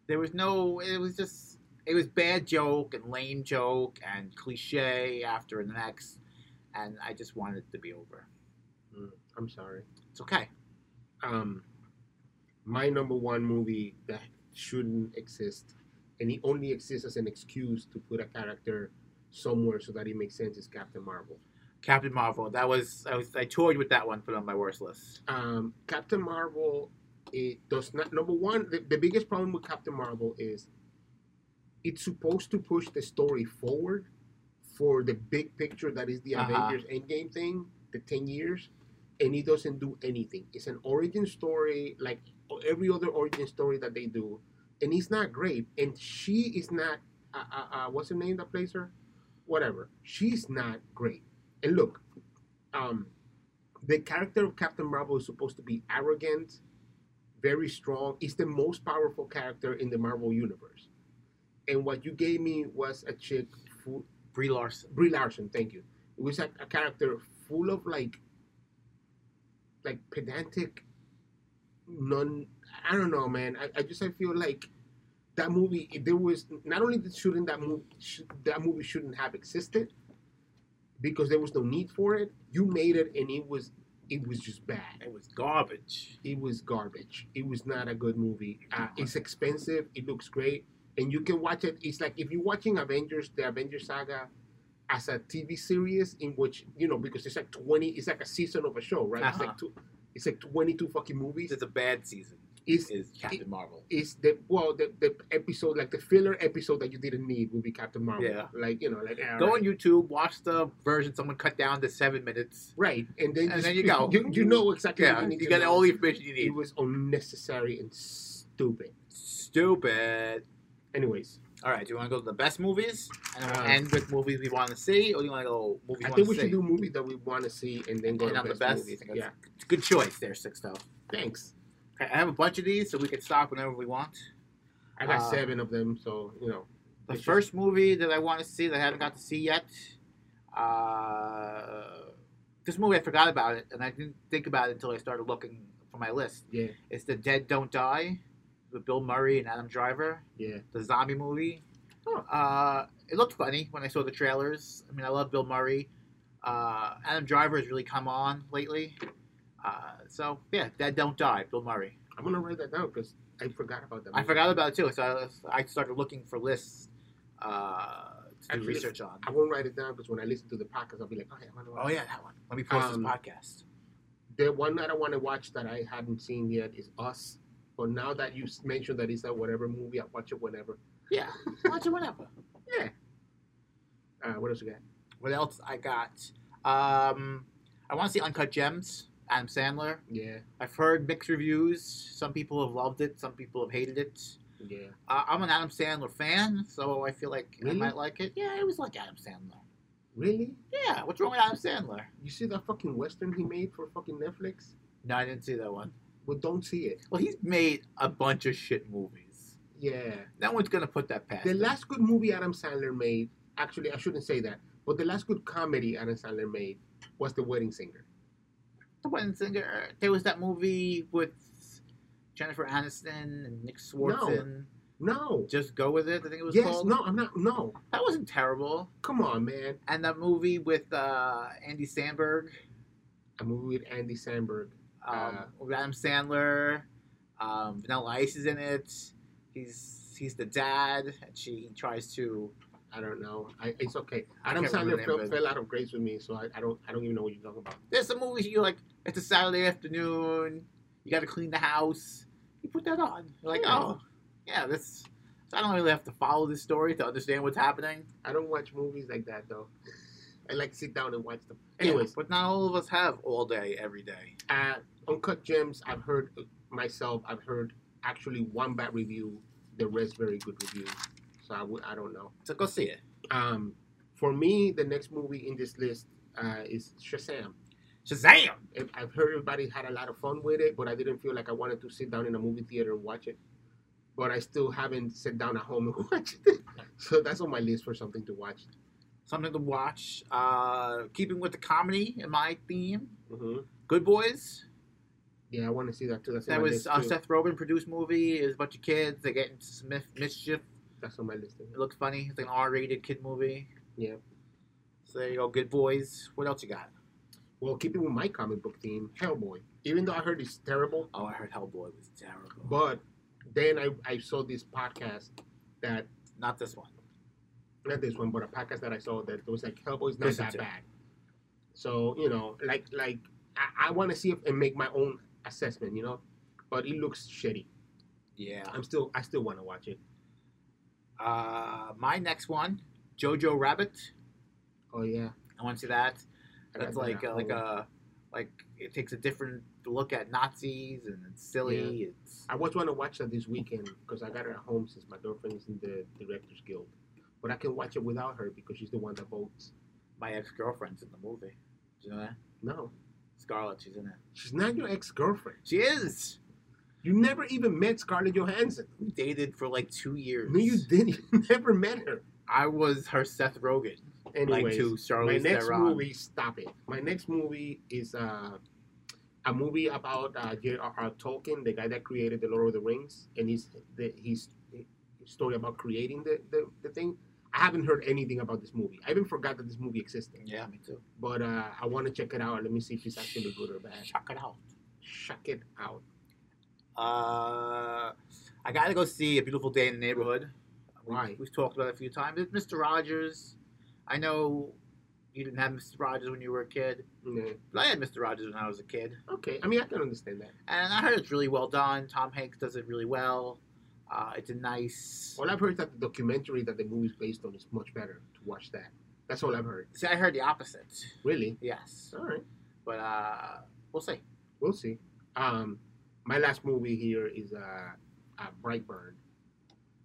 Speaker 2: There was no. It was just. It was bad joke and lame joke and cliche after the next, and I just wanted it to be over.
Speaker 3: Mm, I'm sorry
Speaker 2: It's okay.
Speaker 3: um, my number one movie that shouldn't exist, and it only exists as an excuse to put a character somewhere so that it makes sense is Captain Marvel.
Speaker 2: Captain Marvel. That was I was I toured with that one, put on my worst list.
Speaker 3: Um, Captain Marvel, it does not. Number one, the, the biggest problem with Captain Marvel is it's supposed to push the story forward for the big picture that is the
Speaker 2: Uh-huh.
Speaker 3: Avengers Endgame thing, the ten years, and it doesn't do anything. It's an origin story like every other origin story that they do, and it's not great. And she is not. Uh, uh, uh, what's her name that plays her? Whatever. She's not great. And look, um, the character of Captain Marvel is supposed to be arrogant, very strong. It's the most powerful character in the Marvel universe. And what you gave me was a chick, full,
Speaker 2: Brie Larson.
Speaker 3: Brie Larson. Thank you. It was like a character full of like, like pedantic, non. I don't know, man. I, I just I feel like that movie. If there was not only the shouldn't that movie sh- that movie shouldn't have existed because there was no need for it. You made it, and it was it was just bad
Speaker 2: It was garbage.
Speaker 3: it was garbage. It was not a good movie. Uh, it's expensive. It looks great, and you can watch it. It's like if you're watching Avengers, the Avengers saga, as a TV series in which you know because it's like twenty. It's like a season of a show, right? It's
Speaker 2: Uh-huh.
Speaker 3: like two. It's like twenty-two fucking movies.
Speaker 2: It's a bad season.
Speaker 3: It's
Speaker 2: Is Captain Marvel?
Speaker 3: it's the well the, the episode like the filler episode that you didn't need would be Captain Marvel.
Speaker 2: Yeah.
Speaker 3: Like you know like all
Speaker 2: Go
Speaker 3: right.
Speaker 2: on YouTube, watch the version someone cut down to seven minutes,
Speaker 3: right and then
Speaker 2: and then you go.
Speaker 3: [laughs] you, you know exactly
Speaker 2: Yeah,
Speaker 3: what you
Speaker 2: you,
Speaker 3: need to
Speaker 2: got
Speaker 3: know.
Speaker 2: all the information you
Speaker 3: it
Speaker 2: need.
Speaker 3: was unnecessary and stupid.
Speaker 2: Stupid.
Speaker 3: Anyways.
Speaker 2: All right, do you want to go to the best movies, and then we'll
Speaker 3: Uh,
Speaker 2: end with movies we want to see, or do you want to go movies?
Speaker 3: I
Speaker 2: you
Speaker 3: think
Speaker 2: wanna
Speaker 3: we should
Speaker 2: see?
Speaker 3: do movies that we want to see and then go
Speaker 2: And
Speaker 3: to
Speaker 2: on the
Speaker 3: best,
Speaker 2: best,
Speaker 3: movies.
Speaker 2: I think
Speaker 3: Yeah,
Speaker 2: that's- It's a good choice there, six though.
Speaker 3: thanks.
Speaker 2: Okay, I have a bunch of these, so we can stop whenever we want.
Speaker 3: I got
Speaker 2: Uh,
Speaker 3: seven of them, so you know.
Speaker 2: The
Speaker 3: It's
Speaker 2: first movie that I want to see that I haven't got to see yet. Uh, this movie I forgot about it, and I didn't think about it until I started looking for my list.
Speaker 3: Yeah,
Speaker 2: It's The Dead Don't Die with Bill Murray and Adam Driver,
Speaker 3: yeah.
Speaker 2: the zombie movie.
Speaker 3: Huh.
Speaker 2: Uh, it looked funny when I saw the trailers. I mean, I love Bill Murray. Uh, Adam Driver has really come on lately. Uh, so yeah, Dead Don't Die, Bill Murray.
Speaker 3: I'm gonna write that down because I forgot about that.
Speaker 2: I
Speaker 3: movie.
Speaker 2: forgot about it too, so I, I started looking for lists uh, to do
Speaker 3: Actually,
Speaker 2: research on.
Speaker 3: I won't write it down because when I listen to the podcast, I'll be like, oh yeah, I wonder what-
Speaker 2: Oh yeah, that one. Let me post
Speaker 3: Um,
Speaker 2: this podcast.
Speaker 3: The one that I want to watch that I hadn't seen yet is Us. But now that you s- mentioned that it's a whatever movie, I'll watch it whenever.
Speaker 2: Yeah, [laughs] watch it whenever.
Speaker 3: Uh, what else you got?
Speaker 2: What else I got? Um, I want to see Uncut Gems. Adam Sandler.
Speaker 3: Yeah,
Speaker 2: I've heard mixed reviews. Some people have loved it. Some people have hated it.
Speaker 3: yeah.
Speaker 2: Uh, I'm an Adam Sandler fan, so I feel like I
Speaker 3: Really?
Speaker 2: might like it. Yeah, it was like Adam Sandler.
Speaker 3: Really?
Speaker 2: Yeah, what's wrong with Adam Sandler?
Speaker 3: You see that fucking western he made for fucking Netflix?
Speaker 2: No, I didn't see that one.
Speaker 3: Well, don't see it.
Speaker 2: Well, he's made a bunch of shit movies.
Speaker 3: Yeah.
Speaker 2: No one's gonna put that past.
Speaker 3: The
Speaker 2: him.
Speaker 3: last good movie Adam Sandler made, actually, I shouldn't say that, but the last good comedy Adam Sandler made was The Wedding Singer.
Speaker 2: The one singer. There was that movie with Jennifer Aniston and Nick Swartzen.
Speaker 3: No.
Speaker 2: Just go with it. I think it was
Speaker 3: Yes,
Speaker 2: called.
Speaker 3: no, I'm not. No.
Speaker 2: That wasn't terrible.
Speaker 3: Come on, man.
Speaker 2: And that movie with uh, Andy Sandberg,
Speaker 3: A movie with Andy Samberg.
Speaker 2: um,
Speaker 3: Uh.
Speaker 2: with Adam Sandler, um, Vanilla Ice is in it. He's he's the dad, and she tries to.
Speaker 3: I don't know. I, it's okay.
Speaker 2: I
Speaker 3: Adam
Speaker 2: can't remember
Speaker 3: Sandler
Speaker 2: the name
Speaker 3: fell,
Speaker 2: of it.
Speaker 3: fell out of grace with me, so I, I don't. I don't even know what you're talking about.
Speaker 2: There's some movies you like. It's a Saturday afternoon. You got to clean the house. You put that on. You're like,
Speaker 3: Yeah.
Speaker 2: oh, yeah, this. So I don't really have to follow this story to understand what's happening.
Speaker 3: I don't watch movies like that though. [laughs] I like sit down and watch them.
Speaker 2: Yeah,
Speaker 3: Anyways,
Speaker 2: but not all of us have all day, every day.
Speaker 3: uh, Uncut Gems. I've heard uh, myself. I've heard actually one bad review. The rest very good reviews. So I would. I don't know.
Speaker 2: So go see it.
Speaker 3: Um, for me, the next movie in this list uh, is Shazam.
Speaker 2: Shazam!
Speaker 3: I've- I've heard everybody had a lot of fun with it, but I didn't feel like I wanted to sit down in a movie theater and watch it. But I still haven't sat down at home and [laughs] watched it. So that's on my list for something to watch.
Speaker 2: Something to watch. Uh, keeping with the comedy in my theme,
Speaker 3: hmm
Speaker 2: Good Boys.
Speaker 3: Yeah, I want to see that too. That's on
Speaker 2: Mm-hmm. That
Speaker 3: my
Speaker 2: was
Speaker 3: list
Speaker 2: uh,
Speaker 3: too.
Speaker 2: Seth Rogen produced movie. It was a bunch of kids. They get into some mis- mischief.
Speaker 3: That's on my list. too.
Speaker 2: It looks funny. It's like an R-rated kid movie.
Speaker 3: Yeah.
Speaker 2: So there you go. Good Boys. What else you got?
Speaker 3: Well, keeping with my comic book theme, Hellboy. Even though I heard it's terrible,
Speaker 2: Oh, I heard Hellboy was terrible.
Speaker 3: but then I, I saw this podcast that
Speaker 2: Not this one.
Speaker 3: not this one, but a podcast that I saw that was like Hellboy's not
Speaker 2: Listen
Speaker 3: that
Speaker 2: to it.
Speaker 3: bad. So you know, like like I, I want to see if and make my own assessment, you know. But it looks shitty.
Speaker 2: Yeah.
Speaker 3: I'm still I still want to watch it.
Speaker 2: Uh, my next one, Jojo Rabbit.
Speaker 3: Oh yeah,
Speaker 2: I want to see that.
Speaker 3: I
Speaker 2: That's
Speaker 3: got that
Speaker 2: like
Speaker 3: at
Speaker 2: uh, like
Speaker 3: home.
Speaker 2: a like it takes a different look at Nazis and it's silly. It's
Speaker 3: I was want to watch that this weekend because I got it at home since my girlfriend is in the Directors Guild, but I can watch it without her because she's the one that votes.
Speaker 2: my ex girlfriend's in the movie. Do you know that?
Speaker 3: No,
Speaker 2: Scarlett, she's in it.
Speaker 3: she's not your ex girlfriend.
Speaker 2: She is.
Speaker 3: You never even met Scarlett Johansson.
Speaker 2: We dated for like two years.
Speaker 3: No, you didn't. [laughs] You never met her.
Speaker 2: I was her Seth Rogen.
Speaker 3: Anyways,
Speaker 2: like to
Speaker 3: my
Speaker 2: Charlize
Speaker 3: next
Speaker 2: Theron.
Speaker 3: movie stop it my next movie is uh, a movie about uh, J.R.R. Tolkien the guy that created the Lord of the Rings and his the, his story about creating the, the, the thing I haven't heard anything about this movie I even forgot that this movie existed
Speaker 2: Yeah, me too.
Speaker 3: but uh, I want to check it out let me see if it's actually good or bad
Speaker 2: Check it out.
Speaker 3: check it out
Speaker 2: Uh, I gotta go see A Beautiful Day in the Neighborhood. We-
Speaker 3: Why?
Speaker 2: We've talked about it a few times. It's Mr. Rogers. I know you didn't have Mr. Rogers when you were a kid,
Speaker 3: Yeah.
Speaker 2: but I had Mr. Rogers when I was a kid.
Speaker 3: okay I mean I can understand that
Speaker 2: And I heard it's really well done. Tom Hanks does it really well. Uh, it's a nice.
Speaker 3: all I've heard is that the documentary that the movie is based on is much better to watch that that's all I've heard
Speaker 2: See, I heard the opposite.
Speaker 3: really
Speaker 2: Yes.
Speaker 3: all right
Speaker 2: But uh, we'll see.
Speaker 3: we'll see. Um, my last movie here is uh, uh, Brightburn,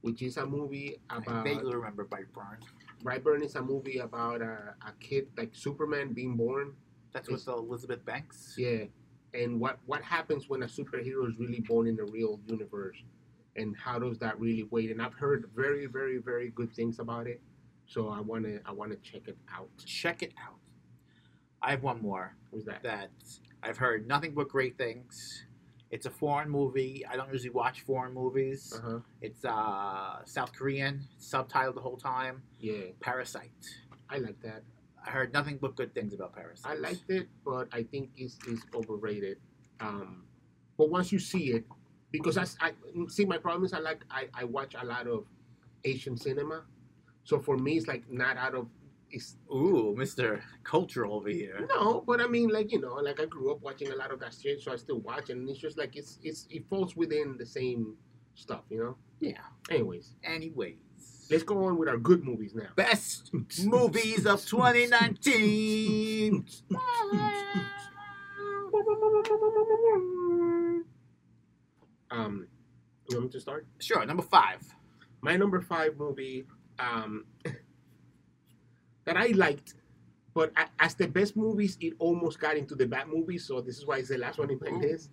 Speaker 3: which is a movie
Speaker 2: I
Speaker 3: about
Speaker 2: vaguely remember Bite Burn.
Speaker 3: Brightburn is a movie about a, a kid like Superman being born.
Speaker 2: That's with Elizabeth Banks.
Speaker 3: Yeah, and what what happens when a superhero is really born in the real universe, and how does that really wait? And I've heard very very very good things about it, so I wanna I wanna check it out.
Speaker 2: Check it out. I have one more.
Speaker 3: Who's that?
Speaker 2: that I've heard nothing but great things. It's a foreign movie. I don't usually watch foreign movies.
Speaker 3: Uh-huh.
Speaker 2: It's uh, South Korean, subtitled the whole time.
Speaker 3: Yeah,
Speaker 2: Parasite.
Speaker 3: I like that.
Speaker 2: I heard nothing but good things about Parasite.
Speaker 3: I liked it, but I think it's, it's overrated. Um, but once you see it, because I, s- I- see my problem is I like I, I watch a lot of Asian cinema, so for me it's like not out of it's
Speaker 2: Ooh, Mr. Cultural over here.
Speaker 3: no, but I mean like you know like I grew up watching a lot of that shit, so I still watch and it's just like it's it's it falls within the same stuff, you know.
Speaker 2: Yeah.
Speaker 3: Anyways,
Speaker 2: Anyways.
Speaker 3: let's go on with our good movies now. [laughs]
Speaker 2: Best movies of 2019.
Speaker 3: [laughs] Um, you want me to start?
Speaker 2: Sure, number five.
Speaker 3: my number five movie um, [laughs] that I liked, but a- as the best movies, it almost got into the bad movies. So this is why it's the last one in my
Speaker 2: Ooh.
Speaker 3: list.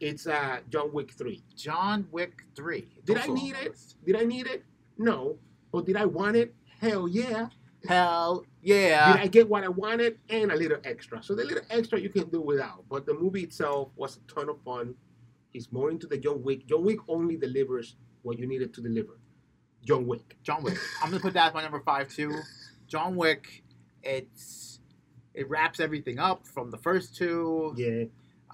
Speaker 3: It's uh, John Wick three.
Speaker 2: John Wick 3.
Speaker 3: Did I
Speaker 2: Also on
Speaker 3: need
Speaker 2: my
Speaker 3: it?
Speaker 2: list.
Speaker 3: Did I need it? No, but did I want it? Hell yeah!
Speaker 2: Hell yeah.
Speaker 3: did I get what I wanted and a little extra? So the little extra you can do without, but the movie itself was a ton of fun. It's more into the John Wick. John Wick only delivers what you needed to deliver. John Wick.
Speaker 2: John Wick. I'm gonna put that as my number five too. John Wick. It's it wraps everything up from the first two.
Speaker 3: Yeah.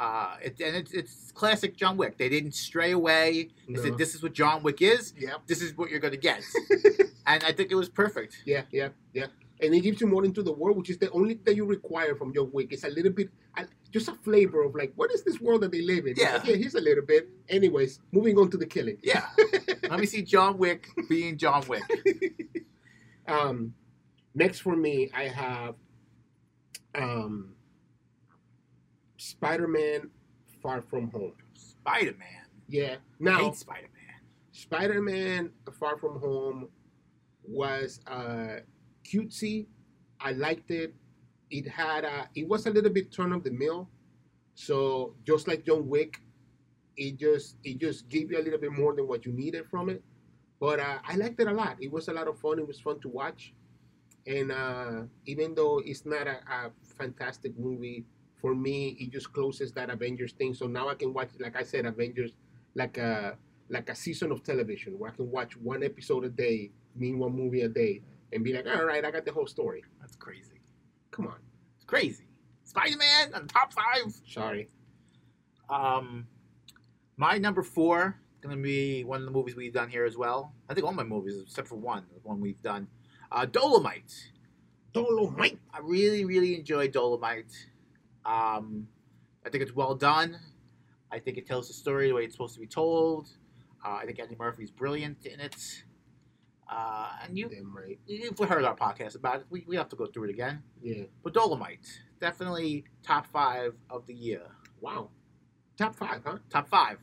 Speaker 2: Uh, it, and it's it's classic John Wick. They didn't stray away. They
Speaker 3: No.
Speaker 2: said this is what John Wick is.
Speaker 3: Yep.
Speaker 2: This is what you're gonna get. and I think it was perfect.
Speaker 3: Yeah, yeah, yeah. And it gives you more into the world, which is the only thing you require from your wig. It's a little bit, a- just a flavor of like, what is this world that they live in? It's
Speaker 2: Yeah.
Speaker 3: like, yeah, here's a little bit. Anyways, moving on to the killing.
Speaker 2: Yeah. Let me see John Wick being John Wick.
Speaker 3: Um, next for me, I have um, Spider Man Far From Home.
Speaker 2: Spider Man.
Speaker 3: Yeah. Now,
Speaker 2: Hate Spider Man.
Speaker 3: Spider Man Far From Home was uh, cutesy. I liked it. It had a, it was a little bit turn of the mill. So just like John Wick, it just it just gave you a little bit more than what you needed from it. But uh, I liked it a lot. It was a lot of fun. It was fun to watch. And uh, even though it's not a, a fantastic movie, for me it just closes that Avengers thing. So now I can watch, like I said, Avengers like uh, a like a season of television where I can watch one episode a day, mean one movie a day, and be like, all right, I got the whole story.
Speaker 2: That's crazy.
Speaker 3: Come on.
Speaker 2: It's crazy. Spider Man on top five.
Speaker 3: Sorry.
Speaker 2: Um, my number four gonna be one of the movies we've done here as well. I think all my movies except for one, the one we've done. Uh, Dolomite.
Speaker 3: Dolomite.
Speaker 2: I really, really enjoy Dolomite. Um, I think it's well done. I think it tells the story the way it's supposed to be told. Uh, I think Andy Murphy's brilliant in it. Uh, and you,
Speaker 3: Damn right.
Speaker 2: you've heard our podcast about it. We, we have to go through it again.
Speaker 3: Yeah.
Speaker 2: But Dolomite, definitely top five of the year.
Speaker 3: Wow. Top five, huh?
Speaker 2: Top five.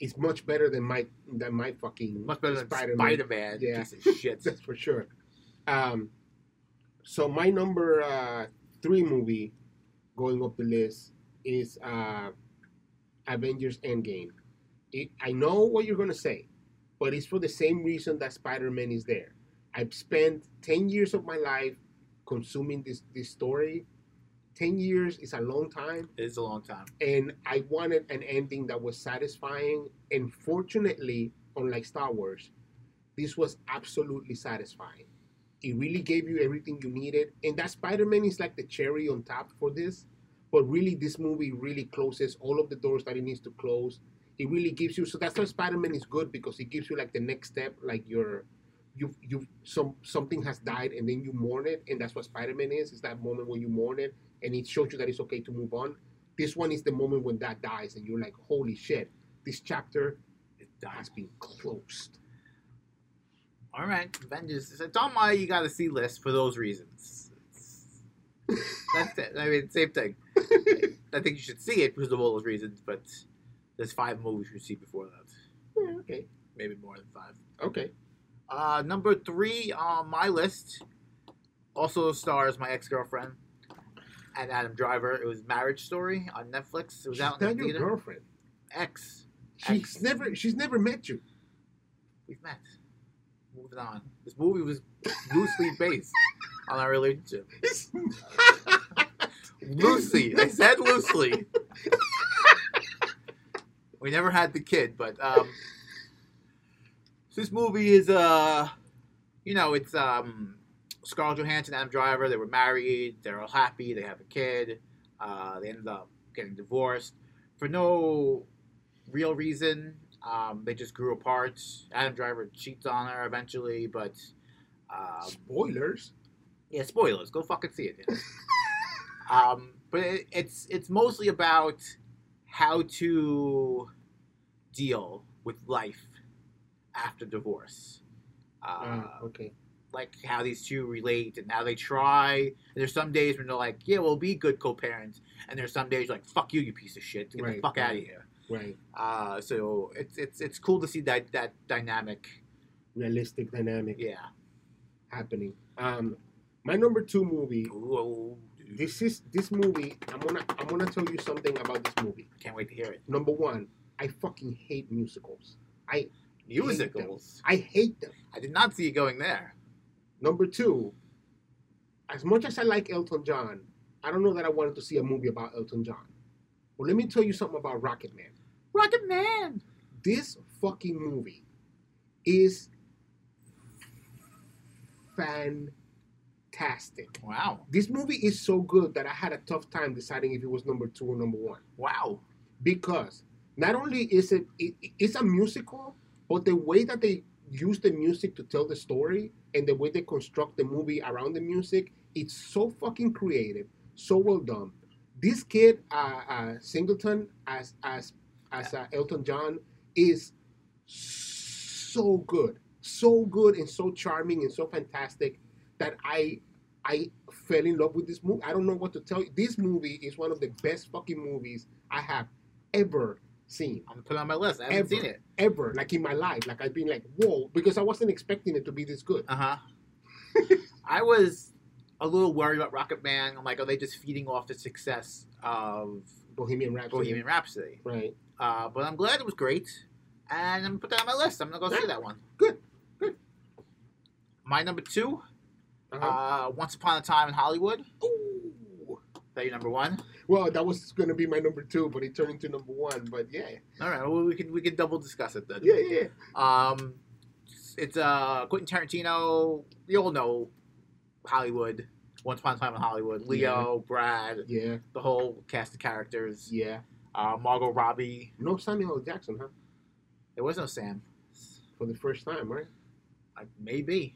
Speaker 3: It's much better than my than my fucking
Speaker 2: Much better than Spider
Speaker 3: Spider-Man.
Speaker 2: Man.
Speaker 3: Yeah.
Speaker 2: Piece of
Speaker 3: [laughs]
Speaker 2: shit.
Speaker 3: that's for sure. Um, so my number uh, three movie going up the list is uh, Avengers Endgame. It, I know what you're gonna say, but it's for the same reason that Spider-Man is there. I've spent ten years of my life consuming this this story. Ten years is a long time
Speaker 2: It is a long time.
Speaker 3: and I wanted an ending that was satisfying. And fortunately, unlike Star Wars, this was absolutely satisfying. It really gave you everything you needed, and that Spider-Man is like the cherry on top for this. But really, this movie really closes all of the doors that it needs to close. It really gives you so that's why Spider-Man is good because it gives you like the next step, like your you you some something has died and then you mourn it, and that's what Spider-Man is. It's that moment when you mourn it, and it shows you that it's okay to move on this one is the moment when that dies and you're like holy shit this chapter
Speaker 2: It dies.
Speaker 3: has been closed
Speaker 2: All right, Avengers. It's on my you gotta see list for those reasons. That's it. I mean, same
Speaker 3: [laughs]
Speaker 2: thing. I think you should see it because of all those reasons, but there's five movies you should see before that.
Speaker 3: Yeah, okay
Speaker 2: Maybe more than five.
Speaker 3: okay
Speaker 2: Uh, number three on my list also stars my ex girlfriend and Adam Driver. It was Marriage Story on Netflix. It was
Speaker 3: she's
Speaker 2: out
Speaker 3: not
Speaker 2: in the
Speaker 3: your
Speaker 2: theater.
Speaker 3: girlfriend
Speaker 2: Ex,
Speaker 3: she's
Speaker 2: Ex.
Speaker 3: never she's never met you
Speaker 2: we've met. Moving on. This movie was loosely based on our relationship.
Speaker 3: [laughs]
Speaker 2: Loosely. I said loosely. We never had the kid, but um, so this movie is uh, you know, it's um, Scarlett Johansson, Adam Driver. They were married. They're all happy. They have a kid. Uh, they ended up getting divorced for no real reason. Um, they just grew apart. Adam Driver cheats on her eventually, but um,
Speaker 3: Spoilers.
Speaker 2: yeah, spoilers. Go fucking see it. yeah. um, but it, it's it's mostly about how to deal with life after divorce. Uh,
Speaker 3: Ah, okay.
Speaker 2: like how these two relate and how they try. And there's some days when they're like, "Yeah, we'll be good co-parents," and there's some days like, "Fuck you, you piece of shit, get the
Speaker 3: Right,
Speaker 2: fuck out of
Speaker 3: right.
Speaker 2: here."
Speaker 3: Right.
Speaker 2: Uh, so it's it's it's cool to see that that dynamic.
Speaker 3: Realistic dynamic
Speaker 2: Yeah.
Speaker 3: happening. Um, my number two movie.
Speaker 2: Ooh, dude.
Speaker 3: This is this movie. I'm gonna I'm gonna tell you something about this movie.
Speaker 2: can't wait to hear it.
Speaker 3: Number one, I fucking hate musicals.
Speaker 2: Musicals.
Speaker 3: I hate them.
Speaker 2: I did not see you going there.
Speaker 3: Number two, as much as I like Elton John, I don't know that I wanted to see a movie about Elton John. Well, let me tell you something about Rocket Man.
Speaker 2: Rocket Man.
Speaker 3: This fucking movie is fantastic.
Speaker 2: Wow.
Speaker 3: This movie is so good that I had a tough time deciding if it was number two or number one.
Speaker 2: Wow.
Speaker 3: because not only is it, it it's a musical, but the way that they use the music to tell the story and the way they construct the movie around the music, it's so fucking creative, so well done. This kid, uh, uh, Singleton, as as as uh, Elton John, is so good, so good, and so charming and so fantastic that I I fell in love with this movie. I don't know what to tell you. This movie is one of the best fucking movies I have ever seen,
Speaker 2: I'm gonna put it on my list. I haven't
Speaker 3: Ever.
Speaker 2: seen it.
Speaker 3: ever. Like in my life, like I've been like, whoa, because I wasn't expecting it to be this good.
Speaker 2: Uh huh. [laughs] I was a little worried about Rocket Man. I'm like, are they just feeding off the success of
Speaker 3: Bohemian Rhapsody,
Speaker 2: Bohemian Rhapsody?
Speaker 3: right?
Speaker 2: Uh, but I'm glad it was great, and I'm gonna put that on my list. I'm gonna go see that one.
Speaker 3: Good.
Speaker 2: good. My number two,
Speaker 3: Uh-huh.
Speaker 2: uh, Once Upon a Time in Hollywood.
Speaker 3: Ooh.
Speaker 2: That your number one.
Speaker 3: Well, that was going to be my number two, but it turned into number one. But yeah,
Speaker 2: All right, well we can we can double discuss it then.
Speaker 3: yeah, yeah. yeah.
Speaker 2: Um, it's uh Quentin Tarantino. You all know Hollywood. Once upon a time in Hollywood. Leo, Brad,
Speaker 3: Yeah,
Speaker 2: the whole cast of characters.
Speaker 3: yeah.
Speaker 2: Uh, Margot Robbie.
Speaker 3: No Samuel L. Jackson, huh?
Speaker 2: There was no Sam.
Speaker 3: For the first time, right?
Speaker 2: Like, maybe.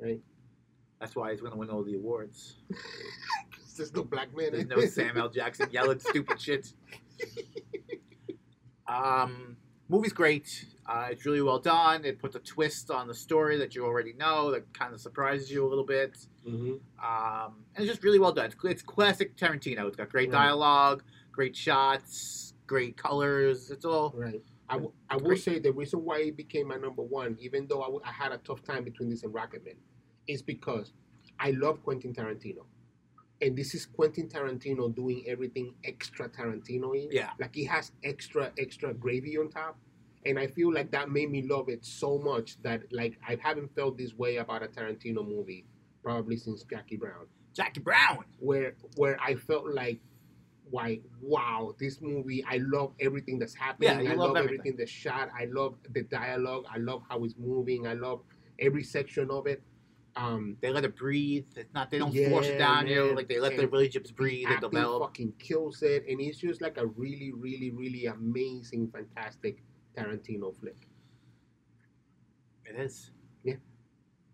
Speaker 3: Right.
Speaker 2: That's why he's gonna win all the awards.
Speaker 3: There's no black man.
Speaker 2: There's
Speaker 3: eh? in
Speaker 2: no
Speaker 3: it. [laughs]
Speaker 2: Sam L. Jackson yelling stupid shit. Um, movie's great. Uh, it's really well done. It puts a twist on the story that you already know. That kind of surprises you a little bit.
Speaker 3: Mhm.
Speaker 2: Um, and it's just really well done. It's, it's classic Tarantino. It's got great
Speaker 3: Right.
Speaker 2: dialogue, great shots, great colors. It's all
Speaker 3: Right. I, w- I will
Speaker 2: Great.
Speaker 3: say the reason why it became my number one, even though I, w- I had a tough time between this and Rocketman, is because I love Quentin Tarantino. And this is Quentin Tarantino doing everything extra Tarantino
Speaker 2: yeah.
Speaker 3: Like he has extra, extra gravy on top. And I feel like that made me love it so much that like I haven't felt this way about a Tarantino movie probably since Jackie Brown.
Speaker 2: Jackie Brown.
Speaker 3: where where I felt like why wow this movie I love everything that's happening
Speaker 2: Yeah, you
Speaker 3: I
Speaker 2: love
Speaker 3: love,
Speaker 2: everything.
Speaker 3: everything that's shot I love the dialogue I love how it's moving I love every section of it um
Speaker 2: They let it breathe. It's not. They don't
Speaker 3: Yeah,
Speaker 2: force it down you.
Speaker 3: man.
Speaker 2: Like they let the
Speaker 3: And
Speaker 2: relationships breathe and
Speaker 3: acting
Speaker 2: develop.
Speaker 3: fucking kills it and it's just like a really really really amazing fantastic Tarantino flick
Speaker 2: It is.
Speaker 3: Yeah.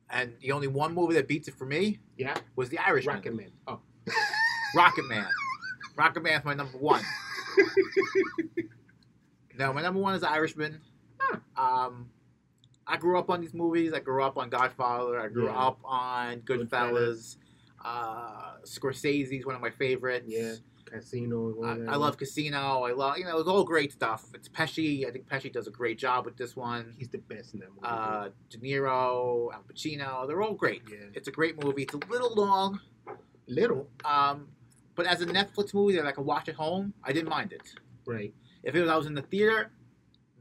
Speaker 2: And the only one movie that beats it for me
Speaker 3: yeah
Speaker 2: was The Irishman.
Speaker 3: Rocket Man oh
Speaker 2: Rocket Man. Rocket Man's my number
Speaker 3: [laughs]
Speaker 2: one. no, my number one is Irishman. Um, I grew up on these movies. I grew up on Godfather. I grew
Speaker 3: Yeah.
Speaker 2: up on Goodfellas.
Speaker 3: Goodfellas.
Speaker 2: Uh, Scorsese's one of my favorites.
Speaker 3: yeah Casino and all
Speaker 2: I,
Speaker 3: that.
Speaker 2: I love Casino. I love you know it's all great stuff. It's Pesci. I think Pesci does a great job with this one.
Speaker 3: he's the best in that movie
Speaker 2: Uh, De Niro, Al Pacino. They're all great.
Speaker 3: yeah
Speaker 2: It's a great movie. It's a little long.
Speaker 3: little
Speaker 2: Um, but as a Netflix movie that I could watch at home, I didn't mind it.
Speaker 3: right
Speaker 2: If it was I was in the theater,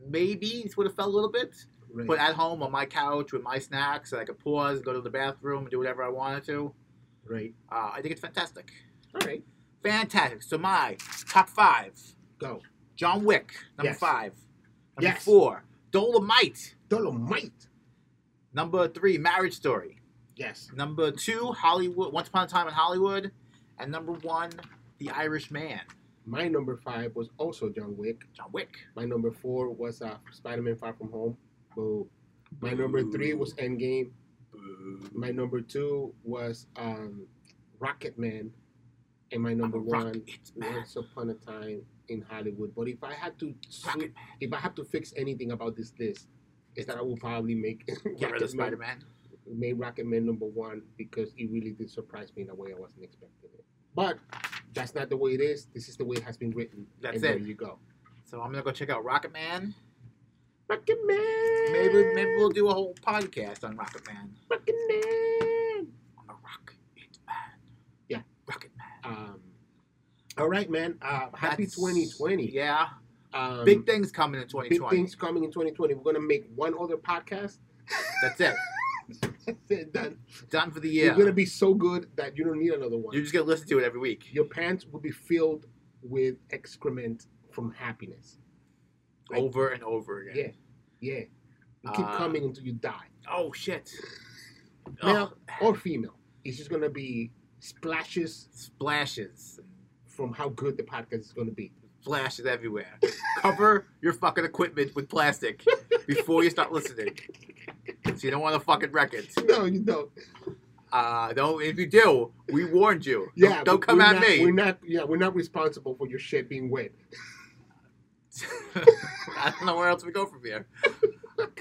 Speaker 2: maybe it would have felt a little bit.
Speaker 3: right
Speaker 2: But at home on my couch with my snacks, I could pause, go to the bathroom, and do whatever I wanted to.
Speaker 3: right
Speaker 2: Uh, I think it's fantastic,
Speaker 3: all right
Speaker 2: fantastic. So my top five:
Speaker 3: go
Speaker 2: John Wick, number
Speaker 3: Yes.
Speaker 2: five. Number
Speaker 3: Yes.
Speaker 2: four, Dolomite.
Speaker 3: Dolomite.
Speaker 2: Number three, Marriage Story.
Speaker 3: Yes.
Speaker 2: Number two, Hollywood. Once Upon a Time in Hollywood. And number one, The Irish Man,
Speaker 3: My number five was also John Wick.
Speaker 2: John Wick.
Speaker 3: My number four was uh, Spider-Man: Far From Home. Boo. My number three was Endgame. My number two was um, Rocket Man, and my number
Speaker 2: I'm a
Speaker 3: one
Speaker 2: Rocket Man.
Speaker 3: Once Upon a Time in Hollywood. But if I had to, sw-
Speaker 2: Rocket Man.
Speaker 3: if I have to fix anything about this list, is that I will probably make [laughs]
Speaker 2: Get rid of
Speaker 3: Rocket Man,
Speaker 2: Spider Man.
Speaker 3: made Rocket Man number one because it really did surprise me in a way I wasn't expecting it. But that's not the way it is. This is the way it has been written.
Speaker 2: That's
Speaker 3: and There
Speaker 2: it.
Speaker 3: you go.
Speaker 2: So I'm gonna go check out Rocket Man.
Speaker 3: Rocket Man.
Speaker 2: Maybe maybe we'll do a whole podcast on Rocket Man.
Speaker 3: Rocket Man.
Speaker 2: I'm a Rocket Man.
Speaker 3: Yeah.
Speaker 2: Rocket Man.
Speaker 3: Um, all right, man. Uh, happy
Speaker 2: That's-
Speaker 3: 2020.
Speaker 2: Yeah.
Speaker 3: Um,
Speaker 2: big things coming in
Speaker 3: big
Speaker 2: 2020.
Speaker 3: things coming in 2020. We're gonna make one other podcast. [laughs]
Speaker 2: That's it.
Speaker 3: That's it, done.
Speaker 2: Done for the
Speaker 3: You're
Speaker 2: year.
Speaker 3: gonna be so good that you don't need another one.
Speaker 2: You're just gonna listen to it every week.
Speaker 3: Your pants will be filled with excrement from happiness. Like-
Speaker 2: Over and over again.
Speaker 3: Yeah, yeah. You keep
Speaker 2: Uh,
Speaker 3: coming until you die,
Speaker 2: Oh shit.
Speaker 3: male
Speaker 2: Ugh.
Speaker 3: or female. It's just gonna be splashes
Speaker 2: Splashes and
Speaker 3: from how good the podcast is gonna be.
Speaker 2: flashes everywhere. Cover your fucking equipment with plastic before you start listening. So you don't want to fucking wreck it.
Speaker 3: No, you don't.
Speaker 2: Uh, don't. If you do, we warned you. Don't-
Speaker 3: Yeah,
Speaker 2: Don't,
Speaker 3: but
Speaker 2: come
Speaker 3: we're
Speaker 2: at
Speaker 3: not-
Speaker 2: me.
Speaker 3: We're not. Yeah, we're not responsible for your shit being wet.
Speaker 2: [laughs] I don't know where else we go from here. [laughs]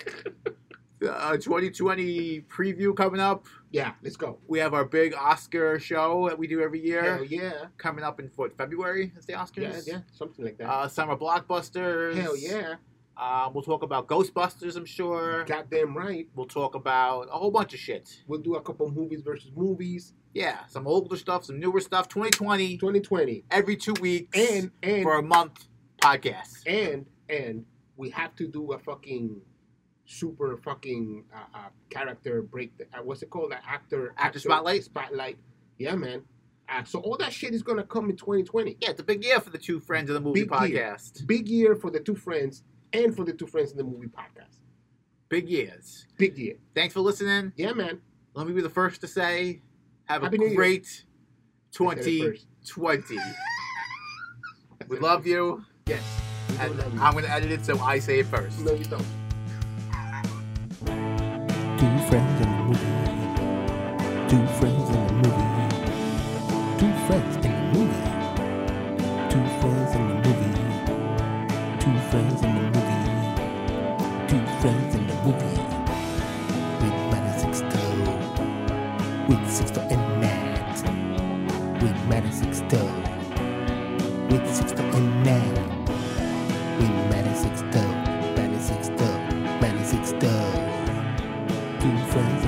Speaker 2: Uh, 2020 preview coming up.
Speaker 3: Yeah, let's go.
Speaker 2: We have our big Oscar show that we do every year
Speaker 3: Hell yeah.
Speaker 2: coming up in what, February. Is the
Speaker 3: Yeah,
Speaker 2: Oscars?
Speaker 3: yeah, something like that.
Speaker 2: Uh, summer blockbusters.
Speaker 3: Hell yeah.
Speaker 2: Uh, we'll talk about Ghostbusters. I'm sure.
Speaker 3: Goddamn right.
Speaker 2: We'll talk about a whole bunch of shit.
Speaker 3: We'll do a couple movies versus movies.
Speaker 2: Yeah, some older stuff, some newer stuff. 2020
Speaker 3: 2020.
Speaker 2: every two weeks
Speaker 3: And and
Speaker 2: for a month podcast.
Speaker 3: and and we have to do a fucking super fucking uh, uh, character break. Uh, what's it called? That actor
Speaker 2: Actor spotlight?
Speaker 3: Spotlight. Yeah, man. Uh, so all that shit is gonna come in 2020.
Speaker 2: Yeah, it's a big year for the two friends of the movie
Speaker 3: Big year.
Speaker 2: podcast.
Speaker 3: Big year for the two friends and for the two friends in the movie podcast.
Speaker 2: Big years.
Speaker 3: Big year.
Speaker 2: Thanks for listening.
Speaker 3: Yeah, man.
Speaker 2: Let me be the first to say, have
Speaker 3: Happy New
Speaker 2: a
Speaker 3: Year.
Speaker 2: great
Speaker 3: I said it first.
Speaker 2: 2020. we love you,
Speaker 3: Yes. We do
Speaker 2: and
Speaker 3: love you.
Speaker 2: I'm going to edit it so I say it first.
Speaker 3: No, you don't.
Speaker 1: Two friends in a movie. Two friends in a movie. Two friends in a movie. Two friends in a movie. Two friends in a movie. Two friends in a movie. With Matt and Sixto. With Sixto and Matt. With Matt and Sixto. With Sixto and Matt. With Matt and Sixto. Matt and Sixto. Matt and Sixto. Two friends